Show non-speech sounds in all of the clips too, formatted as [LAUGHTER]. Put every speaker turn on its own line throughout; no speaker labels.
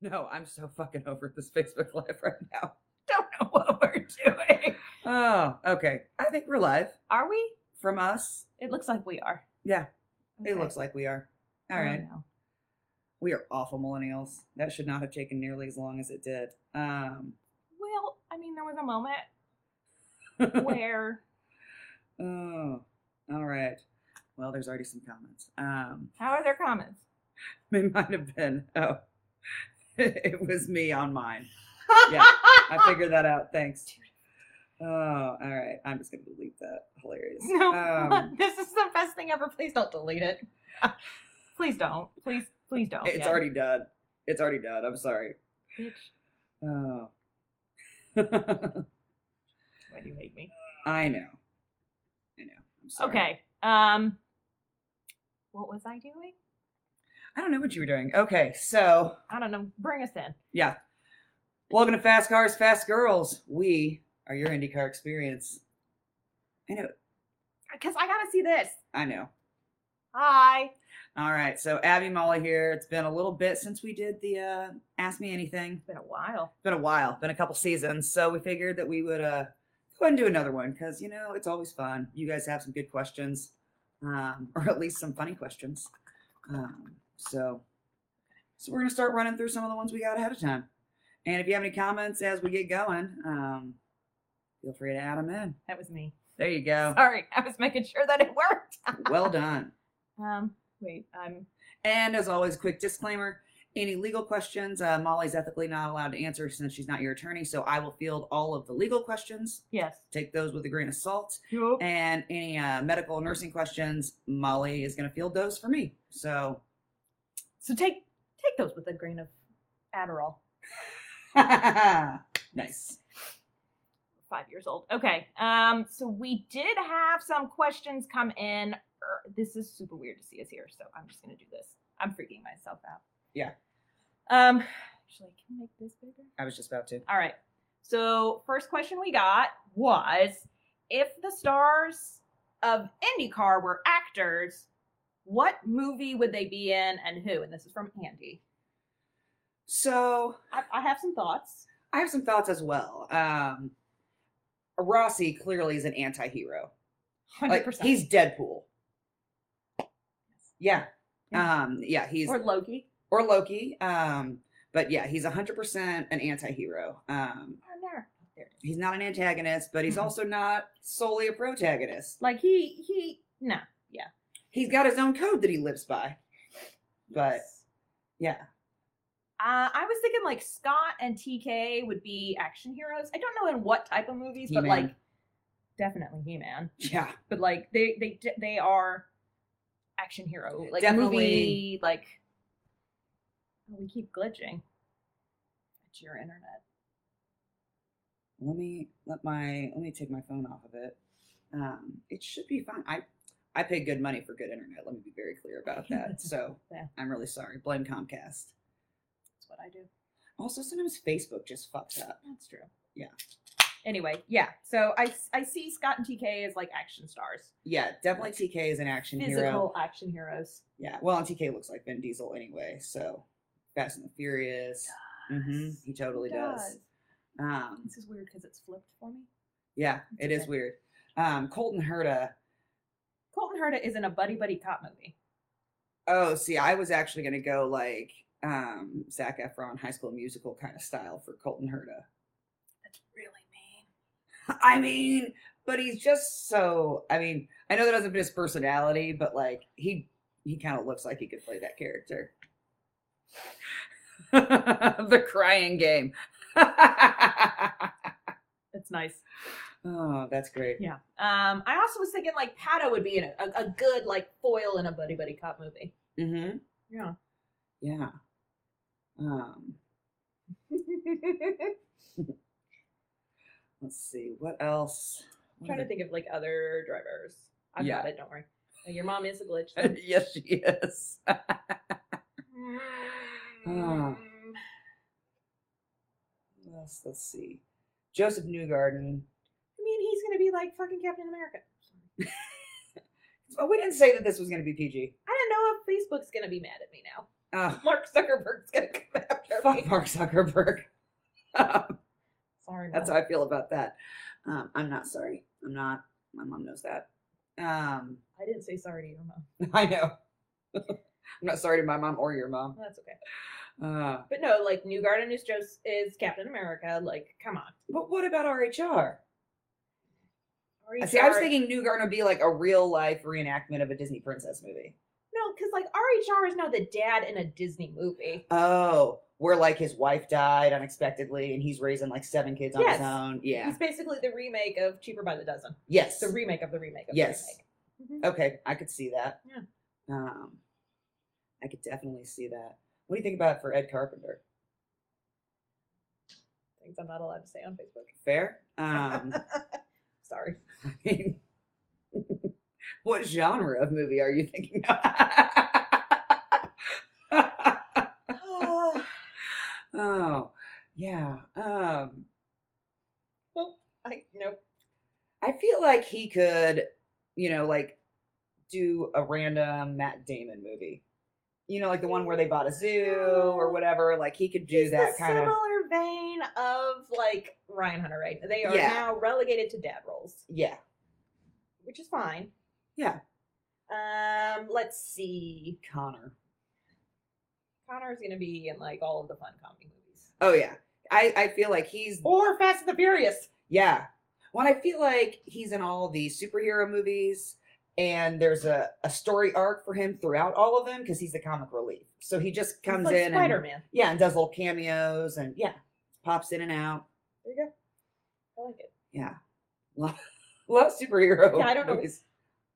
No, I'm so fucking over this Facebook Live right now. [LAUGHS] Don't know what we're doing. Oh, okay. I think we're live [LAUGHS]
Are we?
from us.
It looks like we are.
Yeah, it
Okay.
looks like we are. All
I don't
right.
know.
We are awful millennials. That should not have taken nearly as long as it did. Um,
Well, I mean, there was a moment where
[LAUGHS] oh, all right. Well, there's already some comments. Um, [LAUGHS]
how are their comments?
it might have been. Oh, [LAUGHS] it was me on mine. Yeah, I figured that out. Tigured. Thanks. Oh, all right. I'm just gonna delete that. Hilarious.
[LAUGHS] no,
Um,
this is the best thing ever. Please don't delete it. [LAUGHS] please don't. Please, please don't.
it's
Yeah.
already done. It's already done. I'm sorry.
Bitch,
Oh. [LAUGHS]
why do you hate me?
I know. I know. I'm sorry.
Okay. Um, what was I doing?
I don't know what you were doing. Okay, so
I don't know. Bring us in.
yeah. Welcome to Fast Cars, Fast Girls. We are your IndyCar experience. I know.
Because I gotta see this.
I know.
Hi.
All right, so Abby Molly here. It's been a little bit since we did the uh, Ask Me Anything.
It's been a while.
been a while, been a couple seasons. So we figured that we would uh go ahead and do another one because you know it's always fun. You guys have some good questions, um, [LAUGHS] or at least some funny questions. Um, so so we're gonna start running through some of the ones we got ahead of time. And if you have any comments as we get going, um, feel free to add them in.
That was me.
There you go.
Sorry, [LAUGHS] I was making sure that it worked.
[LAUGHS] Well done.
Um, wait, I'm.
And as always, quick disclaimer any legal questions, uh, Molly's ethically not allowed to answer since she's not your attorney. So I will field all of the legal questions.
Yes.
Take those with a grain of salt. And any uh, medical nursing questions, Molly is going to field those for me. So [LAUGHS]
So take take those with a grain of Adderall.
nice.
Five years old. Okay. Um. So we did have some questions come in. Er, This is super weird to see us here, so I'm just gonna do this. I'm freaking myself out.
Yeah.
Um. Actually, can I make this bigger?
I was just about to.
All right. So first question we got was if the stars of IndyCar were actors, what movie would they be in and who? And this is from Andy.
So
I, I have some thoughts.
I have some thoughts as well. Um, Rossi clearly is an anti hero.
Hundred
Like,
percent.
he's Deadpool. Yeah. Um, yeah, he's
or Loki.
or Loki. Um, but yeah, he's 100% an anti-hero. Um,
Oh, there. There it is.
he's not an antagonist, but he's
Mhm.
also not solely a protagonist.
Like he he no.
He's got his own code that he lives by. But
Yes.
yeah,
Uh, I was thinking like Scott and TK would be action heroes. I don't know in what type of movies, but
He-Man.
like definitely He Man.
yeah,
But like they they de- they are action hero like
Definitely.
movie like. Oh, we keep glitching. It's your internet.
let me let my let me take my phone off of it. Um, it should be fine. I I pay good money for good internet. Let me be very clear [LAUGHS] about that. So
Yeah.
I'm really sorry. Blame Comcast.
That's what I do.
Also, sometimes Facebook just fucks up.
That's true.
Yeah.
Anyway, yeah. So I I see Scott and TK as like action stars,
Yeah, definitely TK is an action
physical
hero.
action heroes.
Yeah, well, and TK looks like Vin Diesel anyway, so Fast and the Furious. hmm
Does.
He totally does. Um,
This is weird because it's flipped for me.
yeah,
It's
it is
okay.
weird. Um, Colton Herta.
Colton Herta is in a buddy buddy cop movie.
Oh, see, I was actually gonna go like um, Zac Efron High School Musical kind of style for Colton Herta.
That's really mean.
I mean, but he's just so. I mean, I know that doesn't fit his personality, but like he he kind of looks like he could play that character. [LAUGHS] the crying game. [LAUGHS]
That's nice.
Oh, that's great.
Yeah. Um, I also was thinking like Pato would be in a, a, a good like foil in a buddy buddy cop movie.
Mm-hmm.
Yeah.
Yeah. [LAUGHS] Um, let's see what else. What
I'm trying to
other-
think of like other drivers. I've got it. Don't worry. Uh, Your mom is a glitch.
[LAUGHS] yes, she is. [LAUGHS]
Mm.
What else? Let's see. Joseph Newgarden.
I mean, he's gonna be like fucking Captain America.
Oh, we didn't say that this was going to be PG.
I don't know if Facebook's gonna be mad at me now.
[LAUGHS] Oh,
Mark Zuckerberg's gonna come after
fuck
me.
Mark Zuckerberg. [LAUGHS] Um,
Sorry,
That's how
Mark.
I feel about that. Um, I'm not sorry. I'm not. My mom knows that. Um, [LAUGHS]
I didn't say sorry to your mom.
I know. [LAUGHS] I'm not sorry to my mom or your mom.
That's okay.
Uh,
But no, like New Garden is just is Captain America. Like, come on.
but what about RHR?
Are you
See, I was
sure?
thinking New Garden would be like a real life reenactment of a Disney princess movie.
no, because like RHR is now the dad in a Disney movie.
Oh, where like his wife died unexpectedly and he's raising like seven kids on
Yes.
his own. Yeah.
He's basically the remake of Cheaper by the Dozen.
yes.
The remake of the remake of
Yes.
the remake. Mhm.
okay, I could see that.
Yeah.
Um, I could definitely see that. What do you think about it for Ed Carpenter?
Things I'm not allowed to say on Facebook.
Fair. Um,
[LAUGHS]
[LAUGHS]
Sorry.
I mean, what genre of movie are you thinking of? [LAUGHS] Ah. oh, yeah. Um,
[LAUGHS] I nope.
I feel like he could, you know, like do a random Matt Damon movie. You know, like the one where they bought a zoo or whatever. Like he could do
He's
that
the
kind of.
similar vein of like Ryan Hunter, right? They are
Yeah.
now relegated to dad roles,
Yeah.
which is fine.
Yeah.
Um, let's see.
Connor.
Connor's gonna be in like all of the fun comedy movies.
Oh, yeah. I, I feel like he's
Or Fast and the Furious.
Yeah. Well, I feel like he's in all the superhero movies, and there's a, a story arc for him throughout all of them because he's the comic relief. So he just
He's
comes
like
in
Spider
and
Man.
yeah, and does little cameos and yeah, pops in and out.
There you go. I like it.
Yeah, [LAUGHS] love, love superhero.
Yeah, I don't know.
movies.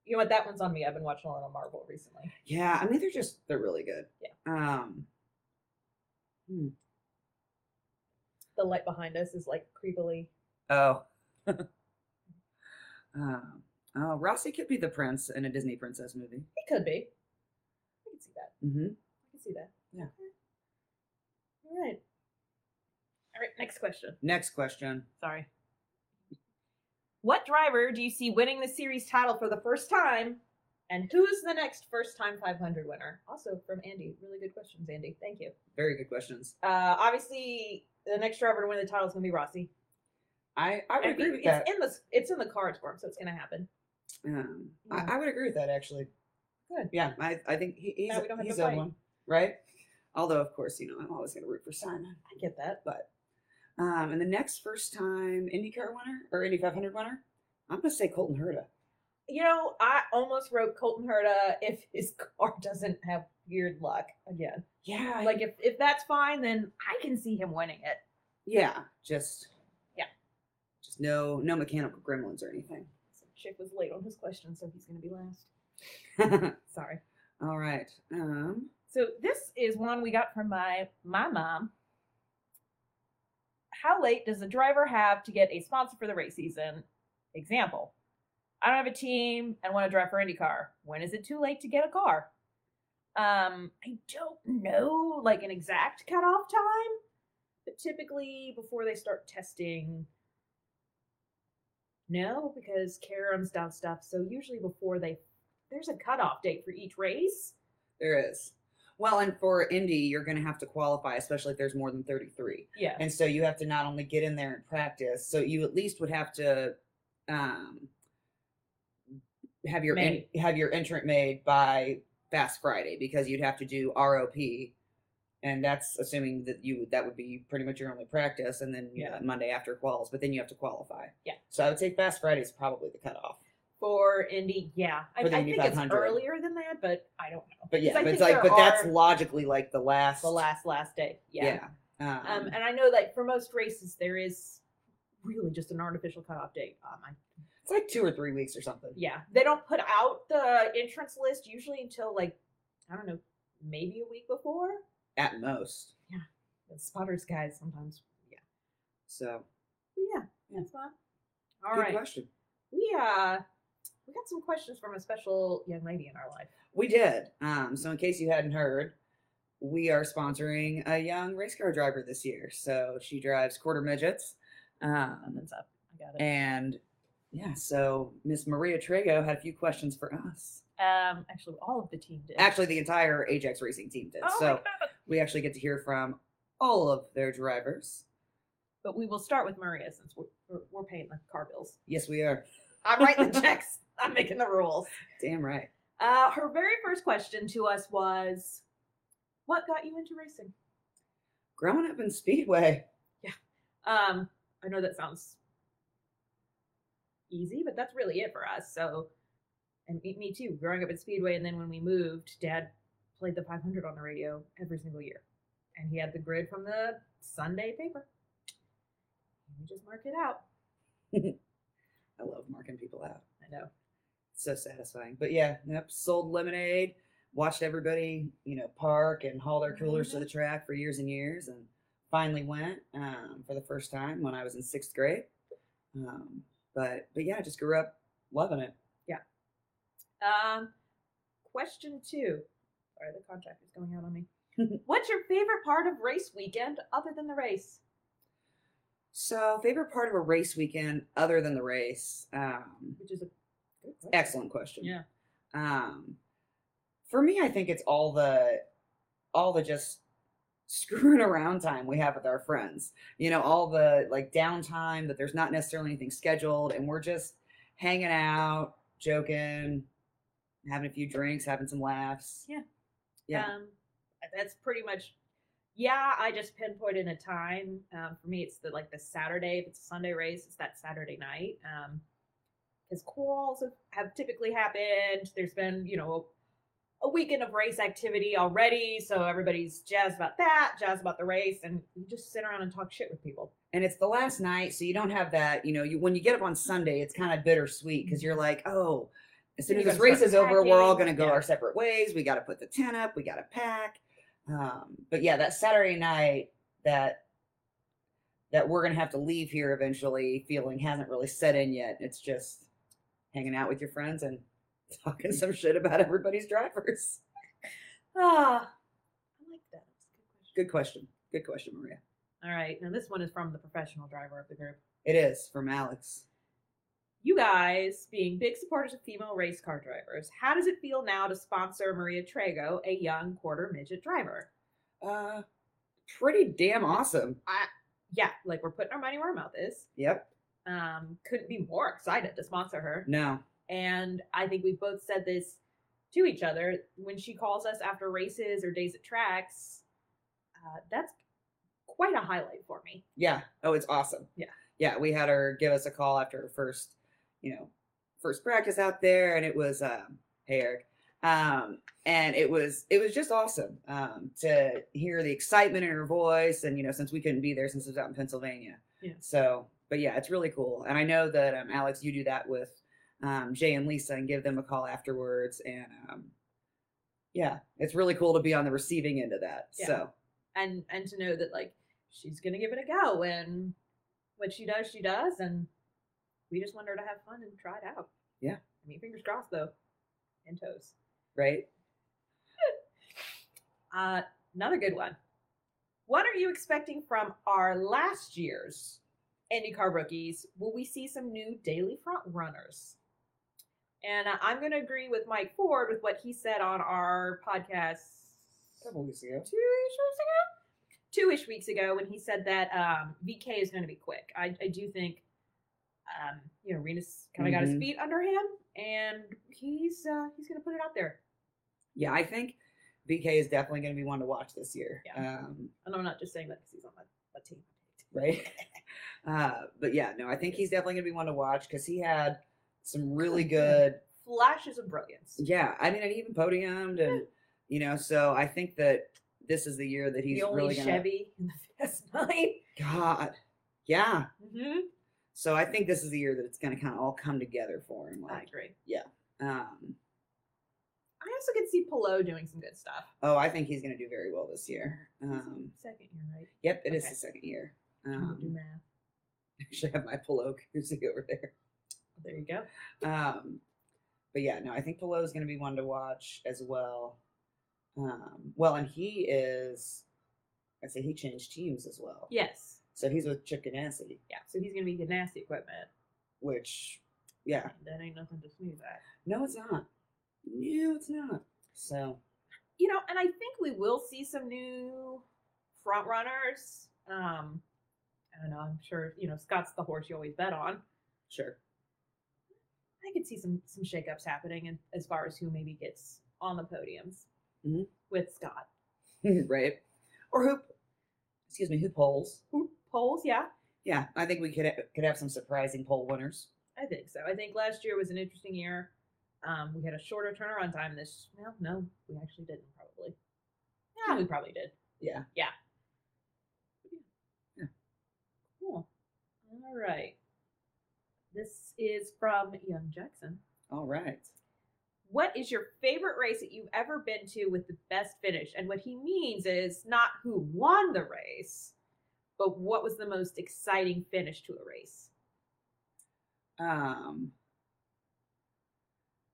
You know what? That one's on me. I've been watching a lot of Marvel recently.
Yeah, I mean they're just they're really good.
Yeah.
Um.
The light behind us is like creepily.
Oh. [LAUGHS] um. Oh, Rossi could be the prince in a Disney princess movie.
It could be. I can see that.
Mm-hmm.
I can see that.
Yeah.
All right. All right. Next question.
Next question.
Sorry. What driver do you see winning the series title for the first time? And who's the next first time 500 winner? Also from Andy. Really good questions, Andy. Thank you.
Very good questions.
Uh, obviously, the next driver to win the title is going to be Rossi.
I I would
I
agree
mean,
with that.
it's in the it's in the cards for him, so it's going to happen.
Um,
Yeah.
I, I would agree with that actually.
Good.
Yeah, I, I think he, he's
Now we don't have to
he's a
fight.
one, right? Although of course you know I'm always going to root for Simon.
I get that.
Um, and the next first time IndyCar winner or Indy 500 winner, I'm going to say Colton Herta.
You know, I almost wrote Colton Herta if his [LAUGHS] car doesn't have weird luck again.
Yeah, I-
Like if if that's fine, then I can see him winning it.
yeah, just
Yeah.
just no no mechanical gremlins or anything. [LAUGHS]
Some chick was late on his question, so he's going to be last. Sorry.
All right. Um,
So this is one we got from my my mom. How late does the driver have to get a sponsor for the race season? Example. I don't have a team and want to drive for IndyCar. When is it too late to get a car? Um, I don't know like an exact cutoff time, but typically before they start testing. No, because Karam's down stuff. So usually before they there's a cutoff date for each race.
there is. Well, and for Indy, you're going to have to qualify, especially if there's more than 33.
Yeah.
And so you have to not only get in there and practice, so you at least would have to um, have your en-
Made.
have your entrant made by Fast Friday because you'd have to do ROP, and that's assuming that you that would be pretty much your only practice, and then
Yeah.
uh, Monday after quals, but then you have to qualify.
Yeah.
So I would say Fast Friday is probably the cutoff,
for Indy. Yeah, I,
For the
I
Indy
think it's
500.
earlier than that, but I don't know.
but yeah,
'Cause I
but it's
think
like
there
but that's
are
logically like the last
the last last day. Yeah.
yeah. Um,
Um, and I know that for most races there is really just an artificial cutoff date. Um, I,
it's like two or three weeks or something.
yeah, they don't put out the entrance list usually until like I don't know, maybe a week before.
at most.
The spotters guys sometimes. Yeah,
So
But yeah,
Yeah.
that's fine. All
good
right,
question.
we uh, we got some questions from a special young lady in our life.
We did. Um, so in case you hadn't heard, we are sponsoring a young race car driver this year. So she drives quarter midgets. Um,
Something's up. I got it.
and yeah, so Miss Maria Trago had a few questions for us.
Um, actually, all of the team did.
Actually, the entire Ajax Racing team did.
oh my
so
God.
we actually get to hear from all of their drivers.
But we will start with Maria since we're, we're, we're paying the car bills.
Yes, we are.
I'm writing [LAUGHS] the checks. I'm making the rules.
Damn right.
Uh, her very first question to us was, "What got you into racing?"
Growing up in Speedway.
Um, I know that sounds easy, but that's really it for us. So, and me, me too. Growing up at Speedway, and then when we moved, Dad played the 500 on the radio every single year, and he had the grid from the Sunday paper. We just mark it out.
I love marking people out.
I know.
so satisfying. But yeah, yep, sold lemonade, watched everybody, you know, park and haul their coolers to the track for years and years, and finally went um, for the first time when I was in sixth grade. Um, but but yeah, I just grew up loving it.
Um, question two. Sorry, the contract is going out on me. [LAUGHS] What's your favorite part of race weekend other than the race?
So favorite part of a race weekend other than the race, um,
Which is a good question.
excellent question.
Yeah.
Um, for me, I think it's all the all the just screwing [LAUGHS] around time we have with our friends. You know, all the like downtime that there's not necessarily anything scheduled, and we're just hanging out, joking, having a few drinks, having some laughs.
Yeah.
Yeah.
Um, that's pretty much. Yeah, I just pinpointed a time. Um, for me, it's the like the Saturday. If it's a Sunday race, it's that Saturday night. Um, because quals have, have typically happened. There's been you know a weekend of race activity already, so everybody's jazzed about that, jazzed about the race, and you just sit around and talk shit with people.
and it's the last night so you don't have that you know you when you get up on sunday it's kind of bittersweet because you're like oh as soon
Then
as this
you gotta
race
Mm-hmm. start
is over we're all
packing,
going to go
yeah.
our separate ways we got to put the tent up we got to pack um, but yeah that saturday night that that we're going to have to leave here eventually feeling hasn't really set in yet it's just hanging out with your friends and [LAUGHS] talking some shit about everybody's drivers
Ah, I like that. That's a good question.
good question good question maria
All right, now this one is from the professional driver of the group.
it is from alex
You guys, being big supporters of female race car drivers, how does it feel now to sponsor Maria Trago, a young quarter midget driver?
uh pretty damn awesome
Yeah, like we're putting our money where our mouth is.
yep
Um, couldn't be more excited to sponsor her.
No.
And I think we've both said this to each other when she calls us after races or days at tracks. Uh, that's quite a highlight for me.
Yeah. Oh, it's awesome.
Yeah.
Yeah. We had her give us a call after her first, you know, first practice out there, and it was, um, hey Eric, um, and it was it was just awesome um, to hear the excitement in her voice, and you know, since we couldn't be there since it was out in Pennsylvania.
Yeah.
So, but yeah, it's really cool, and I know that um, Alex, you do that with um, Jay and Lisa, and give them a call afterwards, and um, yeah, it's really cool to be on the receiving end of that.
Yeah.
So
and and to know that like she's gonna give it a go and what she does she does and we just want her to have fun and try it out
Yeah.
i mean fingers crossed though and toes
right.
uh another good one what are you expecting from our last year's indycar rookies will we see some new daily front runners and uh, i'm going to agree with mike ford with what he said on our podcast
Couple weeks ago.
two ish weeks ago. Two ish weeks ago, when he said that um, VK is going to be quick. I, I do think, um, you know, Rena's kind of got his
Mhm.
feet under him, and he's uh, he's going to put it out there.
Yeah, I think BK is definitely going to be one to watch this year.
Yeah.
Um,
And I'm not just saying that because he's on my, my team.
right? [LAUGHS] uh, but yeah, no, I think he's definitely going to be one to watch because he had some really good.
Flashes of brilliance.
Yeah, I mean, and he even podiumed, and you know, so I think that this is the year that he's
the only
really going to.
Chevy in the [LAUGHS] fast Mm-hmm. 9 Mm-hmm.
God, yeah. So I think this is the year that it's going to kind of all come together for him.
I
Like,
agree.
um,
I also could see Pelot doing some good stuff.
oh, I think he's going to do very well this year. Um,
Second year, right?
yep, it is
Okay.
his second year.
I'm gonna
[LAUGHS]
do
Um,
math.
I should have my polo koozie over there.
There you go.
Um, but yeah, no, I think Pelot is going to be one to watch as well. Um, well, and he is, I say he changed teams as well.
Yes.
So he's with Chip Ganassi,
Yeah. So he's going to be getting nasty equipment.
which, yeah,
That ain't nothing to sneeze at.
no, it's not. No, it's not. So
you know, and I think we will see some new front runners. Um, I don't know. I'm sure you know Scott's the horse you always bet on.
sure. [LAUGHS]
I could see some some shakeups happening, and as far as who maybe gets on the podiums
Mhm.
with Scott,
right. Or who excuse me, who polls.
who polls. Yeah,
Yeah, I think we could ha- could have some surprising poll winners.
I think so. I think last year was an interesting year. Um, we had a shorter turnaround time this. Well, no, we actually didn't probably. Yeah, we probably did.
Yeah.
Yeah.
Yeah.
Cool. All right. This is from Young Jackson.
All right.
What is your favorite race that you've ever been to with the best finish? And what he means is not who won the race, but what was the most exciting finish to a race?
Um.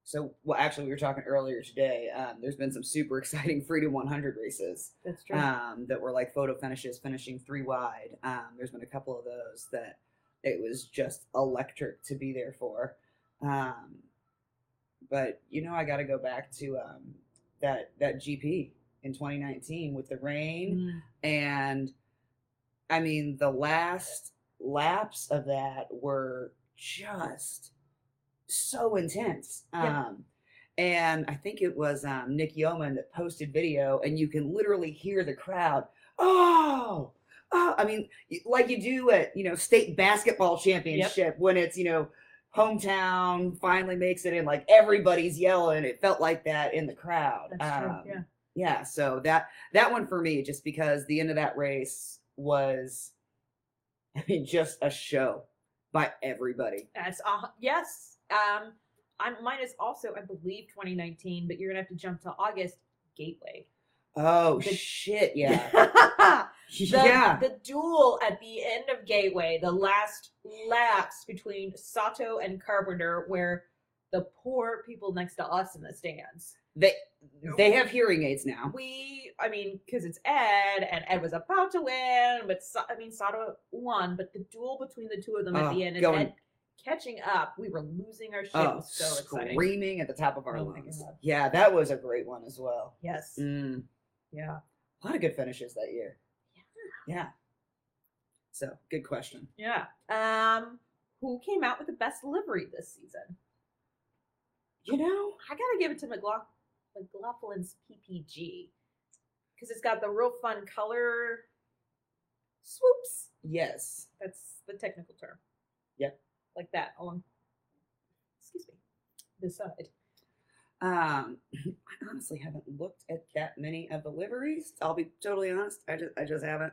So, well, actually, we were talking earlier today. Um, there's been some super [LAUGHS] exciting Freedom 100 races
That's true.
um, that were like photo finishes, finishing three wide. Um, there's been a couple of those that it was just electric to be there for. Um, but you know, I got to go back to um, that that GP in 2019 with the rain
Mm,
and I mean the last laps of that were just so intense.
Yeah.
Um and I think it was um Nick Yeoman that posted video and you can literally hear the crowd, oh, oh I mean y- like you do at, you know, state basketball championship when it's, you know, hometown finally makes it in like everybody's yelling. It felt like that in the crowd.
That's true.
Um,
Yeah.
yeah so that that one for me just because the end of that race was [LAUGHS] i mean just a show by everybody
That's uh, yes. Um, I'm mine is also I believe 2019, but you're gonna have to jump to August Gateway.
oh
The-
shit yeah
[LAUGHS]
[LAUGHS]
the,
yeah
The duel at the end of Gateway, the last lapse between Sato and Carpenter, where the poor people next to us in the stands.
they they have hearing aids now
We, I mean, because it's Ed, and Ed was about to win, but Sa- I mean, Sato won, but the duel between the two of them at
Oh,
the end, and
going-
Ed catching up, we were losing our shit. it
oh
was so exciting.
screaming at the top of our
Oh my
lungs
God.
yeah that was a great one as well
Yes.
Mm,
Yeah.
a lot of good finishes that year yeah so good question
Yeah. Um, who came out with the best livery this season?
you know
I gotta give it to McLaugh- McLaughlin's PPG because it's got the real fun color swoops.
yes
That's the technical term.
Yep.
Like that along. Excuse me. This side.
Um, [CLEARS THROAT] I honestly haven't looked at that many of the liveries. I'll be totally honest. I just I just haven't.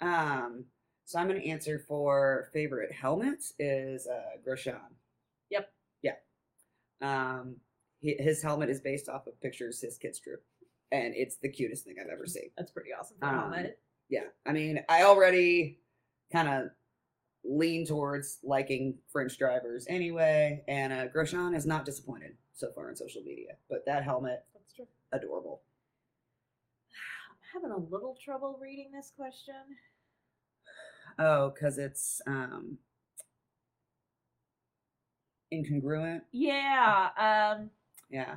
Um, so I'm gonna answer for favorite helmet is uh Grosjean.
Yep.
Yeah. Um, he, his helmet is based off of pictures his kids drew, and it's the cutest thing I've ever seen.
That's pretty awesome. For a
Um,
helmet.
Yeah. I mean, I already kind of lean towards liking French drivers anyway, and uh, Grosjean is not disappointed so far on social media. But that helmet
That's true.
adorable.
I'm having a little trouble reading this question.
Oh, because it's um incongruent.
Yeah. Um.
Yeah.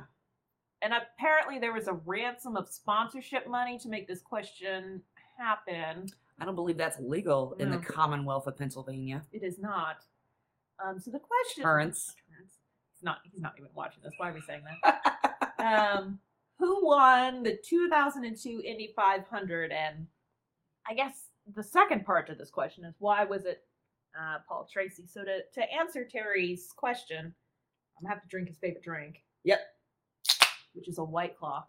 And apparently, there was a ransom of sponsorship money to make this question happen.
I don't believe that's legal in the
No.
Commonwealth of Pennsylvania.
It is not. Um, so the question.
Terrence.
[LAUGHS] Terrence. He's not. He's not even watching this. Why are we saying that?
[LAUGHS]
um, who won the 2002 Indy 500? And I guess the second part to this question is why was it uh, Paul Tracy? So to to answer Terry's question, I'm gonna have to drink his favorite drink.
Yep.
Which is a White Claw.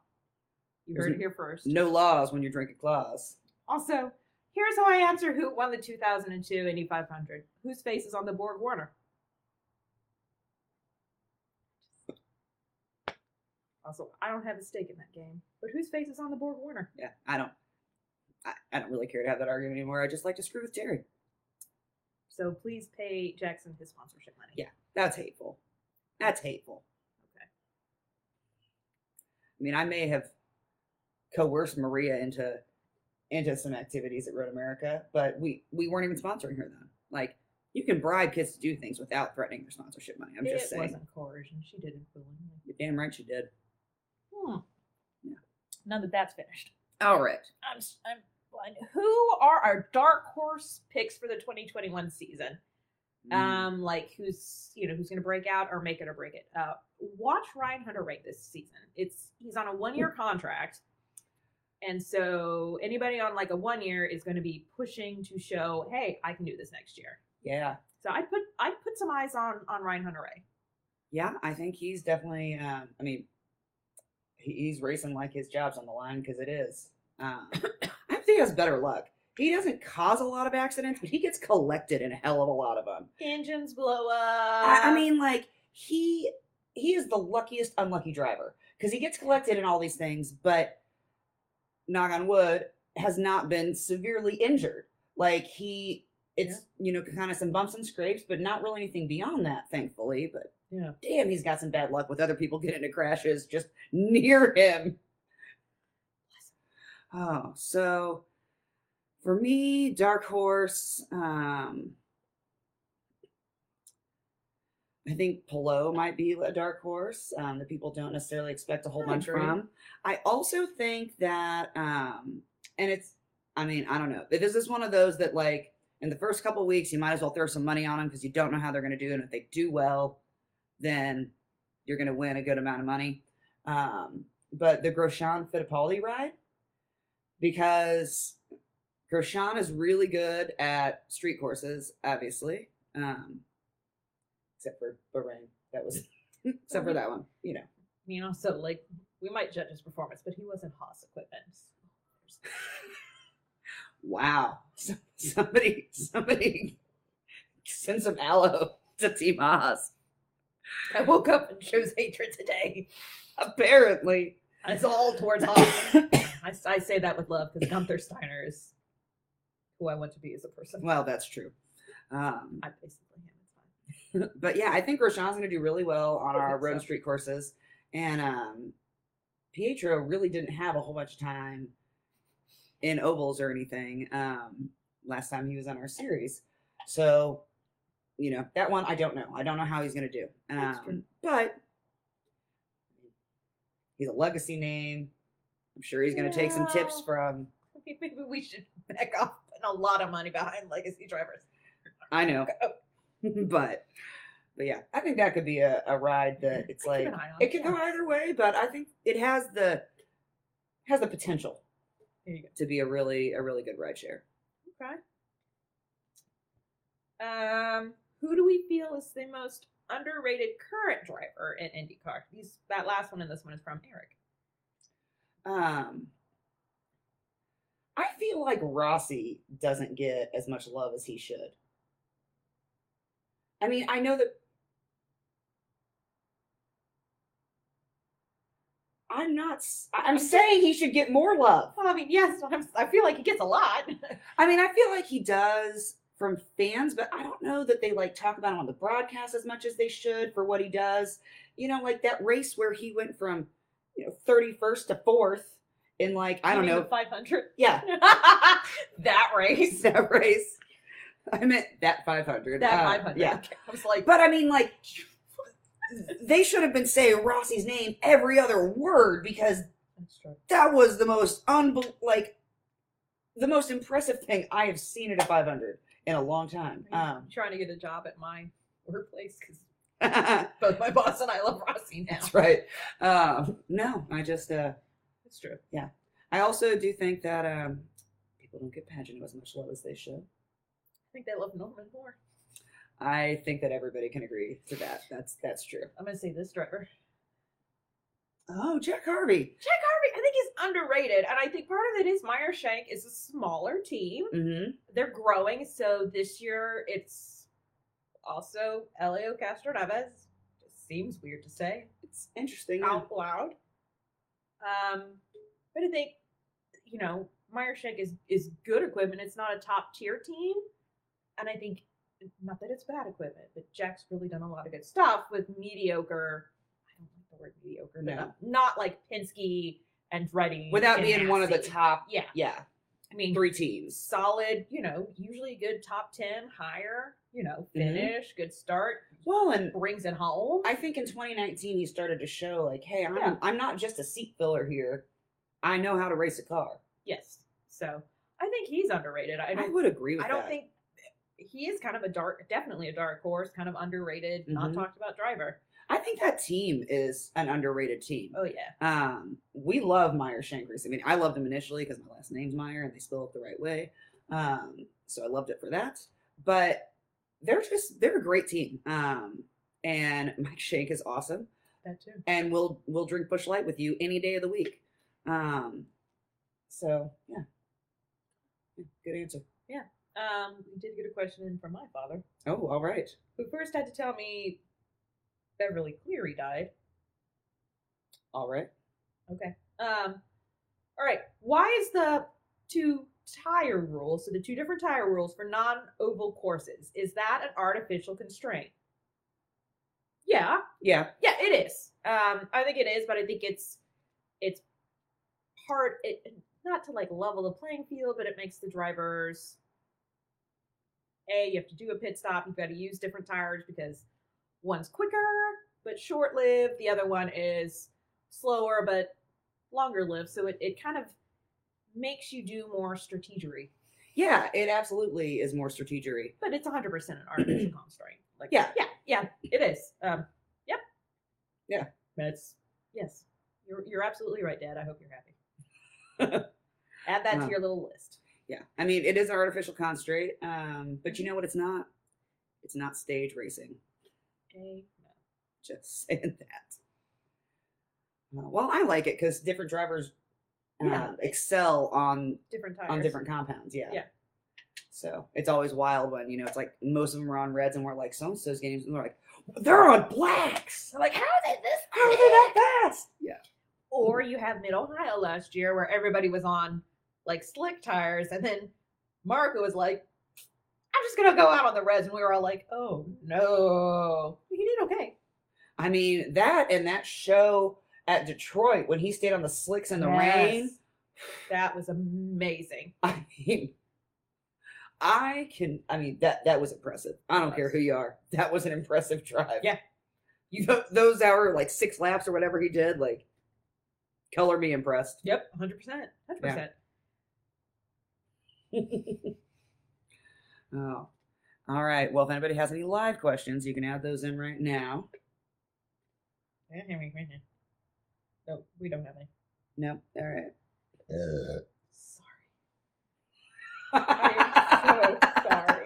You
There's
heard it
n-
here first.
No laws when you're drinking claws.
Also, here's how I answer who won the 2002 Indy 500. Whose face is on the Borg Warner? Also, I don't have a stake in that game, but whose face is on the Borg Warner?
Yeah. I don't I, I don't really care to have that argument anymore. I just like to screw with Terry.
So please pay Jackson his sponsorship money.
Yeah. That's hateful. That's hateful.
Okay.
I mean, I may have coerced Maria into into some activities at Road America, but we we weren't even sponsoring her then. Like, you can bribe kids to do things without threatening their sponsorship money. I'm just
it
saying.
wasn't coercion. She did it willingly.
You're damn right you did. Hmm.
Now that that's finished,
All right.
I'm s- I'm blind. Who are our dark horse picks for the 2021 season? Um, like who's you know who's going to break out or make it or break it? Uh, watch Ryan Hunter rate this season. It's he's on a one [LAUGHS] year contract, and so anybody on like a one year is going to be pushing to show, hey, I can do this next year.
yeah.
So I put I put some eyes on on Ryan Hunter Ray.
Yeah, I think he's definitely. Um, I mean, he- he's racing like his job's on the line because it is. Um, I think he has better luck. He doesn't cause a lot of accidents, but he gets collected in a hell of a lot of them.
Engines blow up.
I,
Uh.
I mean, like he he is the luckiest unlucky driver because he gets collected in all these things, but knock on wood has not been severely injured. Like he, it's you know kind of some bumps and scrapes, but not really anything beyond that, thankfully. But
Yeah.
damn, he's got some bad luck with other people getting into crashes just near him. Oh, so for me, Dark Horse, um, I think Pelo might be a dark horse um, that people don't necessarily expect a whole
I
bunch
agree.
from. I also think that, um, and it's, I mean, I don't know. But This is one of those that, like, in the first couple weeks, you might as well throw some money on them because you don't know how they're going to do. And if they do well, then you're going to win a good amount of money. Um, but the Grosjean Fittipaldi ride, because Grosjean is really good at street courses, obviously. Um, except for Bahrain. That was [LAUGHS] except for that one. You know,
you know, so like we might judge his performance, but he wasn't Haas equipment. [LAUGHS]
wow. So- Somebody, somebody, send some aloe to Team Haas.
I woke up and chose hatred today.
Apparently,
It's all towards Haas. I, s- I say that with love because Gunther Steiner is who I want to be as a person.
well, that's true. Um,
I basically him. It's fine. [LAUGHS]
but yeah, I think Roshan's going to do really well on
I
our
think
road
so.
and street courses. And um, Pietro really didn't have a whole bunch of time in ovals or anything um, last time he was on our series. So, you know, that one, I don't know. I don't know how he's going to do.
That's true.
Um, but he's a legacy name. I'm sure he's going to take some tips
Yeah.
from.
Maybe- Maybe we should back off putting a lot of money behind legacy drivers.
I know.
Oh.
[LAUGHS] but but yeah, I think that could be a, a ride that it's
[LAUGHS] I
like
keep an eye on
it could go
yeah.
either way, but I think it has the has the potential
There you go.
to be a really a really good ride share.
Um, who do we feel is the most underrated current driver in IndyCar? These that last one and this one is from Eric.
Um I feel like Rossi doesn't get as much love as he should. I mean, I know that I'm not s- I- I'm saying he should get more love.
Well, I mean, yes, I'm, I feel like he gets a lot. [LAUGHS]
I mean, I feel like he does from fans, but I don't know that they like talk about him on the broadcast as much as they should for what he does. You know, like that race where he went from you know thirty first to fourth in like I don't know,
five hundred. [LAUGHS]
yeah, [LAUGHS]
that race,
that race. I meant that five hundred. Uh,
that five hundred.
Yeah,
I was like,
but I mean, like they should have been saying Rossi's name every other word because
that's true.
that was the most unbel- like the most impressive thing I have seen at a 500 in a long time.
I'm
Um,
trying to get a job at my workplace because
[LAUGHS] that's
both my boss and I love Rossi now.
um, right. Um, no, I just uh,
That's true.
I also do think that um, people don't get Pagano as much love as they should.
I think they love Norman more.
I think that everybody can agree to that. That's that's true.
I'm gonna say this driver,
Oh, Jack Harvey.
Jack Harvey. I think he's underrated, and I think part of it is Meyer Shank is a smaller team.
Mm-hmm.
They're growing, so this year it's also Elio Castro Neves. Just seems weird to say.
It's interesting. yeah.
out loud. Um, but I think, you know, Meyershek is is good equipment. It's not a top tier team, and I think not that it's bad equipment, but Jack's really done a lot of good stuff with mediocre. I don't like the word mediocre, but
No.
not like Penske and Reddy
Without
and
being one of the
Massey.
top,
Yeah,
yeah,
I mean,
three teams.
solid. You know, usually good top ten, higher. You know,
Mm-hmm.
finish, good start,
Well, and
brings it home.
I think in 2019 he started to show like, hey, I'm
Yeah.
I'm not just a seat filler here. I know how to race a car.
Yes. So I think he's underrated. I
I
don't.
would agree with
I don't
that.
think he is kind of a dark, definitely a dark horse, kind of underrated, not
Mhm.
talked about driver.
I think that team is an underrated team.
Oh yeah.
Um, we love Meyer Shankers. I mean, I loved him initially because my last name's Meyer and they spell it the right way. Um, so I loved it for that. But they're just they're a great team. Um, and Mike Shank is awesome.
That too.
And we'll we'll drink Bush Light with you any day of the week. Um, so yeah. Yeah, Good answer.
Um, we did get a question in from my father,
Oh, all right.
who first had to tell me Beverly Cleary died.
All right.
Okay. Um, all right. Why is the two tire rule, so the two different tire rules for non oval courses, is that an artificial constraint? Yeah.
Yeah.
Yeah, it is. Um, I think it is, but I think it's it's part it not to like level the playing field, but it makes the drivers a you have to do a pit stop. You've got to use different tires because one's quicker but short lived. The other one is slower but longer lived. So it it kind of makes you do more strategery,
Yeah, it absolutely is more strategery.
but it's 100 percent an artificial
[CLEARS THROAT]
constraint. Like
Yeah.
yeah, yeah, it is. Um, yep.
Yeah.
That's yes. You're you're absolutely right, Dad. I hope you're happy.
[LAUGHS]
Add that
Wow.
to your little list.
Yeah. I mean, it is an artificial constraint, um, but you know what it's not? It's not stage racing.
Okay.
Just [LAUGHS] saying that. Uh, well, I like it because different drivers uh,
Yeah.
excel on
Different tires.
on different compounds. Yeah.
Yeah.
So it's always wild when, you know, it's like most of them are on reds and we're like, so and so's games. And they're like, they're on blacks. I'm like, how are they [LAUGHS] this? How are they that fast? Yeah.
Or you have Mid Ohio last year where everybody was on like slick tires, and then Marco was like, "I'm just gonna go out on the reds," and we were all like, "Oh no!" He did okay.
I mean, that and that show at Detroit when he stayed on the slicks in the rain. [LAUGHS]
Yes. That was amazing.
I mean, I can. I mean that that was impressive. I don't care who you are. That was an impressive drive.
Yeah.
you know, those hour like six laps or whatever he did, like, color me impressed.
Yep, hundred percent, hundred percent.
[LAUGHS] oh, all right. Well, if anybody has any live questions, you can add those in right now.
No, we don't have any.
No, all right.
[LAUGHS] Sorry. I'm so sorry.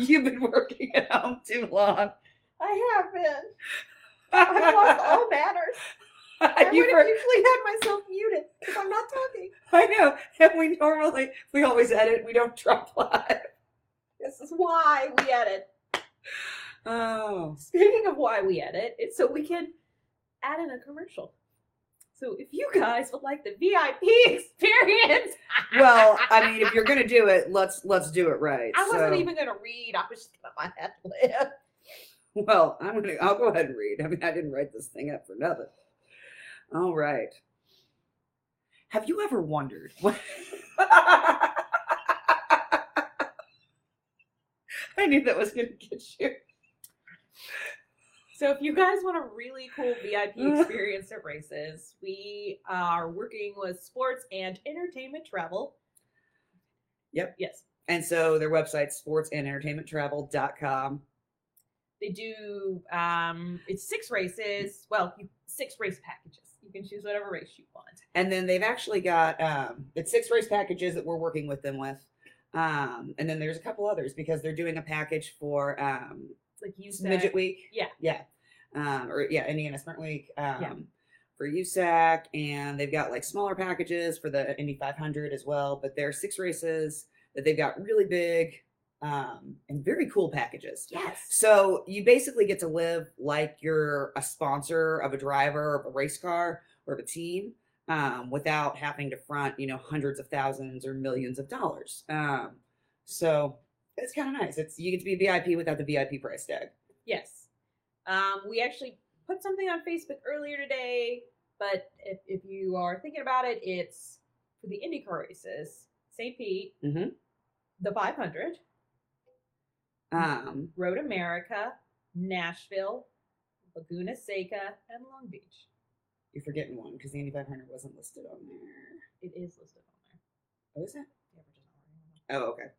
[LAUGHS] You've been working at home too long. [LAUGHS]
I have been. [LAUGHS] I've lost all manners. I
You
would
were-
have usually had myself muted because I'm not talking.
I know. And we normally we always edit. We don't drop live.
This is why we edit.
Oh,
Speaking of why we edit, it's so we can add in a commercial. So if you guys would like the VIP [LAUGHS] experience,
well. I mean, if you're gonna do it, let's let's do it right.
I wasn't
So-
even gonna read. I was just gonna let that live.
Well, I'm gonna. I'll go ahead and read. I mean, I didn't write this thing up for nothing. All right. Have you ever wondered [LAUGHS] what? I knew that was gonna get you.
So if you guys want a really cool VIP
[LAUGHS]
experience at races, we are working with sports and entertainment travel.
Yep.
Yes.
And so their website, sports and entertainment travel.com.
They do um it's six races. Well, you, six race packages. You can choose whatever race you want.
and then they've actually got um it's six race packages that we're working with them with um and then there's a couple others because they're doing a package for um
It's like you said.
midget week
yeah.
yeah um or yeah indiana sprint week um
Yeah.
for usac and they've got like smaller packages for the indy 500 as well but there are six races that they've got really big um and very cool packages
Yes.
so you basically get to live like you're a sponsor of a driver of a race car or of a team um, without having to front, you know, hundreds of thousands or millions of dollars. Um, so it's kind of nice. It's you get to be VIP without the VIP price tag.
Yes. Um, we actually put something on Facebook earlier today, but if, if you are thinking about it, it's for the IndyCar races, St. Pete,
Mhm.
the 500,
Um,
Road America, Nashville, Laguna Seca, and Long Beach.
You're forgetting one because the Indy 500 wasn't listed on there.
It is listed on there.
Oh, is it?
Yeah, we're just not working on that.
Oh, okay.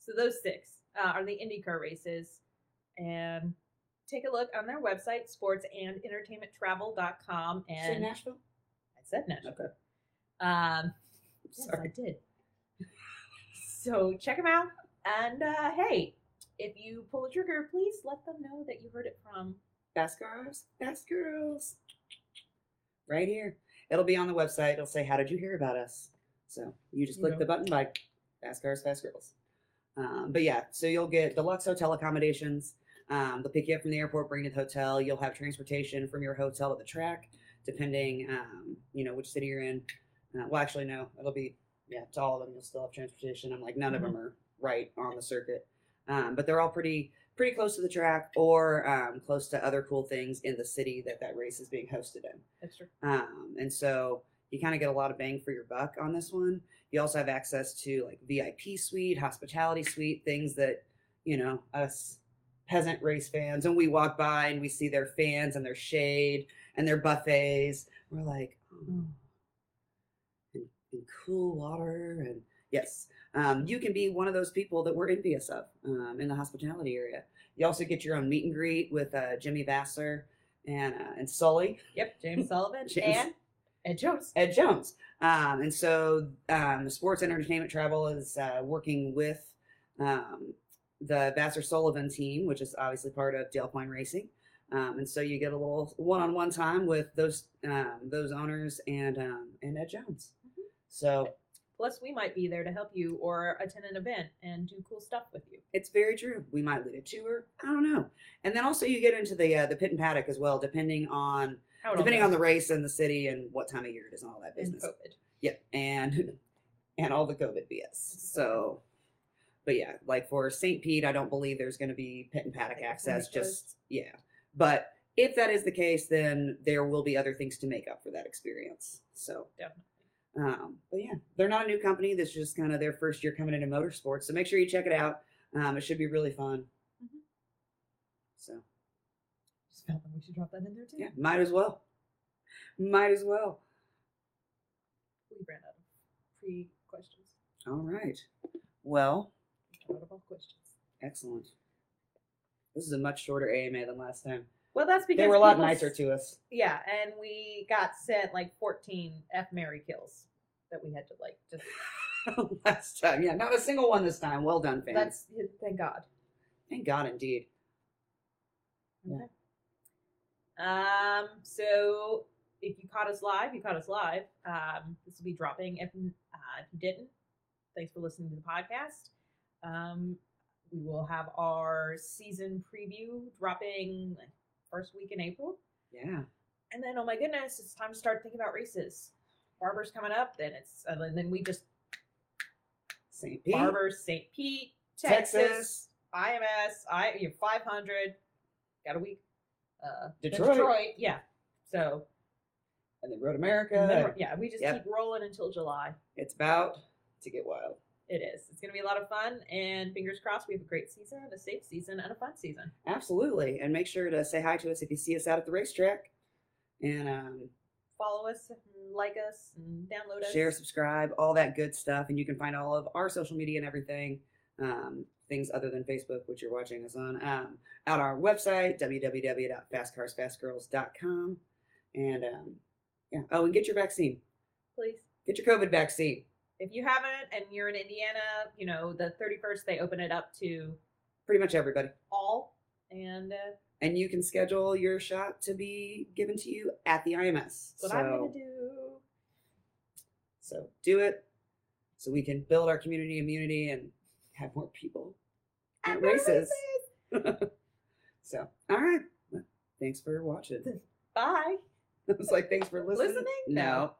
So those six uh, are the IndyCar races. And take a look on their website, sportsandentertainmenttravel.com.
Did you say
And I
Nashville?
said Nashville.
Okay.
Um, yes,
Sorry.
I did. [LAUGHS] So check them out. And uh, hey, if you pull the trigger, please let them know that you heard it from.
Fast Girls, Fast Girls. Right here. It'll be on the website. It'll say, How did you hear about us? So you just click
Yeah.
the button by Fast Girls, Fast Girls. Um, but yeah, so you'll get deluxe hotel accommodations. Um, they'll pick you up from the airport, bring you to the hotel. You'll have transportation from your hotel to the track, depending, um, you know, which city you're in. Uh, well, actually, no, it'll be, yeah, to all of them, you'll still have transportation. I'm like, none of
Mhm.
them are right on the circuit. Um, but they're all pretty pretty close to the track or um, close to other cool things in the city that that race is being hosted in.
Extra.
Um, and so you kind of get a lot of bang for your buck on this one. You also have access to like VIP suite, hospitality suite, things that, you know, us peasant race fans, and we walk by and we see their fans and their shade and their buffets. We're like, oh,
Mm.
and cool water and yes um, you can be one of those people that we're envious of um, in the hospitality area you also get your own meet and greet with uh, jimmy vassar and, uh, and sully
Yep, James Sullivan
James-
and Ed Jones.
ed jones um, and so um, sports and entertainment travel is uh, working with um, the vassar sullivan team which is obviously part of dale Coyne racing um, and so you get a little one-on-one time with those um, those owners and um, and ed jones
Mhm.
so
Plus, we might be there to help you or attend an event and do cool stuff with you.
It's very true. We might lead a tour. I don't know. And then also you get into the uh, the pit and paddock as well, depending on
How it all
depending on the
goes.
race and the city and what time of year it is and all that
And
business.
COVID.
Yep, and and all the COVID BS. So, but yeah, like for St. Pete, I don't believe there's going to be pit and paddock
Like, it's gonna be
access. Just yeah, but if that is the case, then there will be other things to make up for that experience. So
Definitely.
Um, but yeah, they're not a new company. This is just kind of their first year coming into motorsports. So make sure you check it out. Um, it should be really fun. Mm-hmm.
Mhm.
So
Just felt like we should drop that in there too.
yeah, might as well. Might as well.
We ran out of pre questions.
All right. Well,
We ran out of all questions.
Excellent. This is a much shorter AMA than last time.
Well, that's because
they were a lot
people
nicer
s-
to us. [LAUGHS]
Yeah, and we got sent like 14 F Mary kills that we had to like just.
last time, yeah, not a single one this time. Well done, fans.
That's thank God.
Thank God, indeed.
Okay. Um. So if you caught us live, you caught us live. Um. This will be dropping. If uh, if you didn't, thanks for listening to the podcast. Um. We will have our season preview dropping like, first week in April.
Yeah,
And then, oh my goodness, it's time to start thinking about races. Barber's coming up. Then it's and then we just
St. Pete.
Barber, St. Pete, Texas,
Texas.
IMS, I you know, 500. Got a week. Uh, then
Detroit.
yeah. So
and then Road America.
and then-
and
yeah, we just
Yep.
keep rolling until July.
It's about to get wild.
It is. It's going to be a lot of fun, and fingers crossed, we have a great season, a safe season, and a fun season.
Absolutely. And make sure to say hi to us if you see us out at the racetrack. And um,
Follow us, and like us, and download us.
share, subscribe, all that good stuff. And you can find all of our social media and everything, um, things other than Facebook, which you're watching us on, um, at our website, www.fastcarsfastgirls.com. And um, yeah, oh, and get your vaccine.
please.
Get your COVID vaccine.
If you haven't, and you're in Indiana, you know the 31st they open it up to
Pretty much everybody.
all, and uh,
And you can schedule your shot to be given to you at the IMS.
that's what
so,
I'm going to do.
so do it so we can build our community immunity and have more people at races. So, all right. Well, Thanks for watching. [LAUGHS]
Bye.
I was like, thanks for listening.
Listening?
No.